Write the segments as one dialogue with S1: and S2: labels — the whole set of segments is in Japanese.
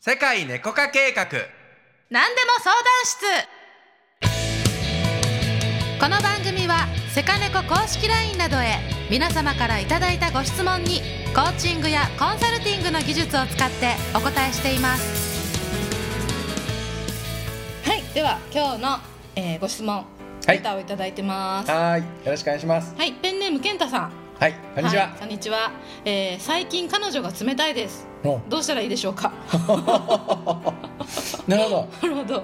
S1: 世界猫化計画
S2: 何でも相談室この番組はセカネコ公式 LINE などへ皆様からいただいたご質問にコーチングやコンサルティングの技術を使ってお答えしていますはいでは今日の、えーご質問
S1: はい
S2: レターをいただいてますは
S1: はいよろしくお願いします
S2: い、ペンネーム健太さん
S1: はいこんにちは、
S2: いこんにちは、えー最近彼女が冷たいです
S1: お
S2: どうしたらいいでしょうか
S1: なるほど
S2: なるほど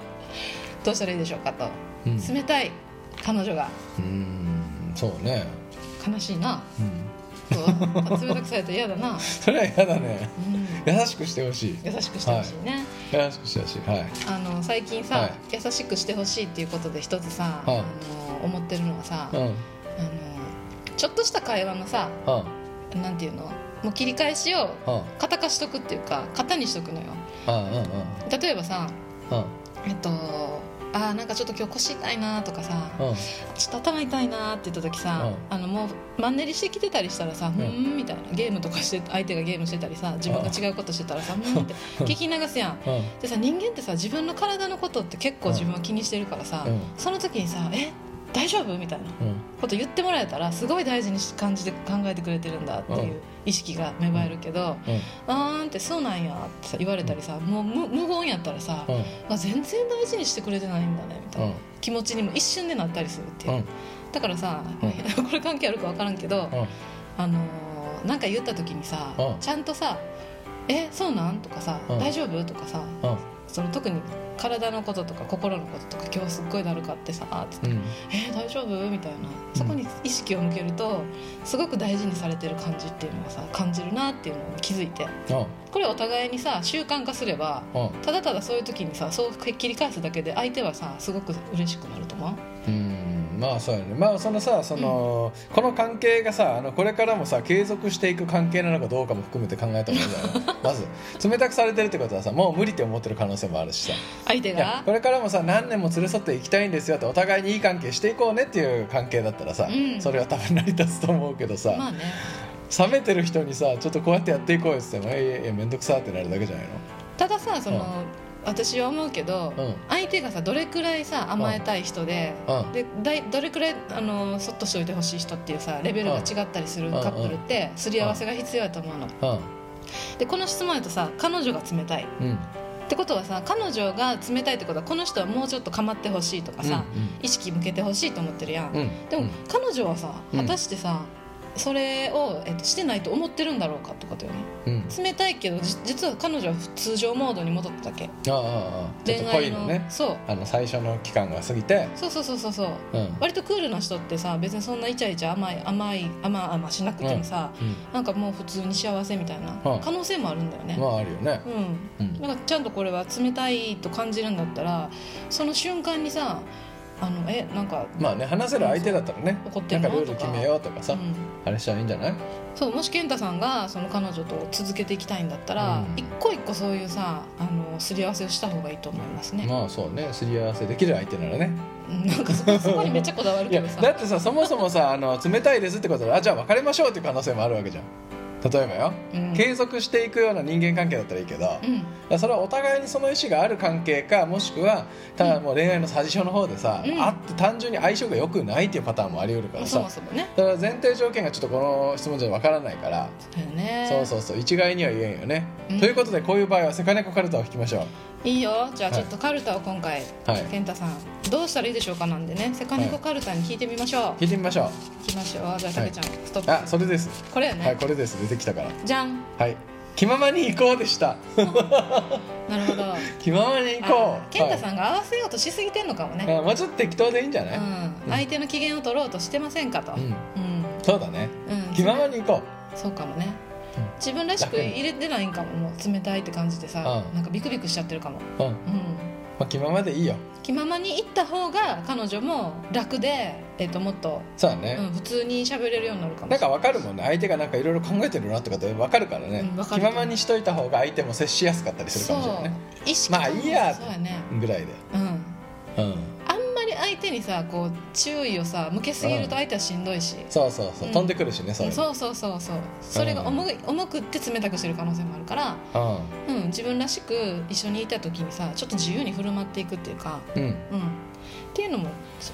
S2: どうしたらいいでしょうかと、
S1: うん
S2: 冷たい彼女が
S1: うーんそうね
S2: 悲しいな
S1: うん
S2: そう冷たくされたら嫌だな、
S1: それは嫌だね
S2: うん
S1: 優しくしてほしい
S2: 優しくしてほしいね、
S1: 優しくしてほしいはい
S2: あの最近さ、
S1: はい
S2: 優しくしてほしいっていうことで一つさ、
S1: はい
S2: あの思ってるのはさ、
S1: う
S2: あ
S1: ん
S2: のちょっとした会話のさ
S1: うん
S2: なんていうのもう切り返しを
S1: うん
S2: 型化しとくっていうか型にしとくのよ
S1: うんうんうん
S2: 例えばさ
S1: うん
S2: えっとあーなんかちょっと今日腰痛いなとかさ、
S1: うん
S2: ちょっと頭痛いなって言った時さ、あのもうマンネリしてきてたりしたらさ「う
S1: うん
S2: ーん」みたいなゲームとかして相手がゲームしてたりさ自分が違うことしてたらさ「うーん」って聞き流すやん。
S1: うん
S2: でさ人間ってさ自分の体のことって結構自分は気にしてるからさ、
S1: うん
S2: その時にさ「え大丈夫?」みたいな
S1: うん
S2: こと言ってもらえたらすごい大事に感じて考えてくれてるんだっていう意識が芽生えるけど
S1: うん
S2: 「あーん」って「そうなんや」ってさ言われたりさもう無無言やったらさ
S1: うん
S2: 「あ全然大事にしてくれてないんだね」みたいな。気持ちにも一瞬でなったりするっていう、
S1: うん
S2: だからさ、
S1: う
S2: これ関係あるか分からんけ
S1: う
S2: ど、
S1: ん
S2: あのーなんか言った時にさ、
S1: うん
S2: ちゃんとさ「えそうなん?」とかさ「
S1: うん
S2: 大丈夫?」とかさ
S1: うん
S2: その特に体のこととか心のこととか今日すっごいだるかってさつって
S1: うん
S2: え大丈夫?」みたいなそこに意識を向けるとすごく大事にされてる感じっていうのをさ感じるなっていうのを気づいて
S1: うん
S2: これお互いにさ習慣化すれば
S1: うん
S2: ただただそういう時にさそう切り返すだけで相手はさすごく嬉しくなると思う。
S1: うんまあそうやねまあそのさその、この関係がさあのこれからもさ継続していく関係なのかどうかも含めて考えた方がいいんだよ ねまず冷たくされてるってことはさもう無理って思ってる可能性もあるしさ
S2: 相手
S1: いや
S2: が
S1: これからもさ何年も連れ添っていきたいんですよってお互いにいい関係していこうねっていう関係だったらさ、
S2: うん
S1: それは多分成り立つと思うけどさ、
S2: まあね
S1: 冷めてる人にさちょっとこうやってやっていこうよって言っても「えいやいや面倒くさ」ってなるだけじゃない
S2: たださその、私は思うけど、
S1: の
S2: 相手がさどれくらいさ甘えたい人で、
S1: うんうん
S2: でだいどれくらいあのそっとしておいてほしい人っていうさレベルが違ったりする
S1: うん
S2: カップルってすり合わせが必要やと思うの。でこの質問やとさ彼女が冷たいっ
S1: うんうん
S2: てことはさ彼女が冷たいってことはこの人はもうちょっと構ってほしいとかさ、意識向けてほしいと思ってるやん。
S1: うんうん
S2: でも、彼女はさ
S1: うん
S2: 果たしてさ、それを、えっと、してないと思ってるんだろうかってことよね。
S1: うんうん、
S2: 冷たいけどじ実は彼女は通常モードに戻っただけ
S1: ああああちょっと
S2: 恋
S1: 濃い
S2: 愛
S1: の
S2: の
S1: ね
S2: そう
S1: あの最初の期間が過ぎて、
S2: そうそうそうそうそう
S1: うん
S2: 割とクールな人ってさ別にそんなイチャイチャ甘い甘い甘々しなくてもさ、なんかもう普通に幸せみたいな
S1: うん
S2: 可能性もあるんだよね、
S1: まああるよね、
S2: うん
S1: うん
S2: なんかちゃんとこれは冷たいと感じるんだったらその瞬間にさあのえなんか
S1: まあね話せる相手だったらね
S2: 怒って
S1: な
S2: る
S1: ん
S2: な
S1: か
S2: とか
S1: ルール決めようとかさ、
S2: うん
S1: あれしたらいいんじゃない
S2: そうもし健太さんがその彼女と続けていきたいんだったら、
S1: うん
S2: 一個一個そういうさあのすり合わせをした方がいいと思いますね、
S1: まあそうねすり合わせできる相手ならね
S2: うんなんかそこそこにめっちゃこだわる
S1: い
S2: け
S1: や
S2: どさ
S1: だってさそもそもさあの冷たいですってことはあじゃあ別れましょうっていう可能性もあるわけじゃん例えばよ、
S2: うん
S1: 継続していくような人間関係だったらいいけど、だか
S2: うん
S1: らそれはお互いにその意思がある関係かもしくはただもう恋愛の最初の方でさ、
S2: うん
S1: あって単純に相性が良くないっていうパターンもあり得るか
S2: まあ
S1: ら
S2: そ
S1: さ、
S2: もそもね
S1: だから前提条件がちょっとこの質問じゃわからないから、
S2: だよね
S1: そうそうそう一概には言えんよね、
S2: うん
S1: ということでこういう場合はセカネコカルタを引きましょ
S2: いいよじゃあ
S1: はい
S2: ちょっとカルタを今回、
S1: はい
S2: 健太さんどうしたらいいでしょうかなんでねセカネコカルタに聞いてみましょう、
S1: う聞いてみましょう
S2: い、きましょうじゃあたけちゃん、スト
S1: あ
S2: ッ
S1: それです、
S2: プこれよね、
S1: はいこれです出てきたから
S2: じゃん
S1: はい気ままに行こうでした
S2: なる ほど
S1: 気ままに行こ
S2: あ
S1: う
S2: 健太
S1: は
S2: さんが合わせようとしすぎてんのかも
S1: い
S2: ね、
S1: あもうちょっと適当でいいんじゃない、
S2: う
S1: うん
S2: ん相手の機嫌を取ろうとしてませんかとうん
S1: そうだね
S2: うん
S1: 気ままに行こ
S2: そうかもね
S1: うん
S2: 自分らしく入れてないんかももう冷たいって感じでさ、
S1: うん
S2: なんかビクビクしちゃってるかも、
S1: う、うんま
S2: うん、
S1: あ、気ままでいいよ
S2: 気ままに行った方が彼女も楽で、えっともっと、
S1: そうだ
S2: う
S1: ね、
S2: ん、普通に喋れるようになるかも
S1: なんかわかるもんね相手がなんかいろいろ考えてるなってことわかるからね、
S2: うんわか
S1: 気
S2: る
S1: ままにしといた方が相手も接しやすかったりするかもしれないね
S2: そう意識
S1: まあいいや
S2: そうやね
S1: ぐらいで
S2: うん
S1: うん
S2: あんまり相手にさこう注意をさ向けすぎると相手はしんどいし、
S1: そうそうそう、
S2: うん
S1: 飛んでくるしねそれ
S2: そうそうそうそうそれが重い重くって冷たくしてる可能性もあるから、
S1: う
S2: うん、自分らしく一緒にいた時にさちょっと自由に振る舞っていくっていうか、
S1: ん、うん、
S2: うん、っていうのも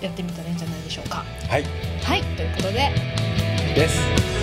S2: やってみたらいいんじゃないでしょうか。
S1: はい
S2: はいということで
S1: です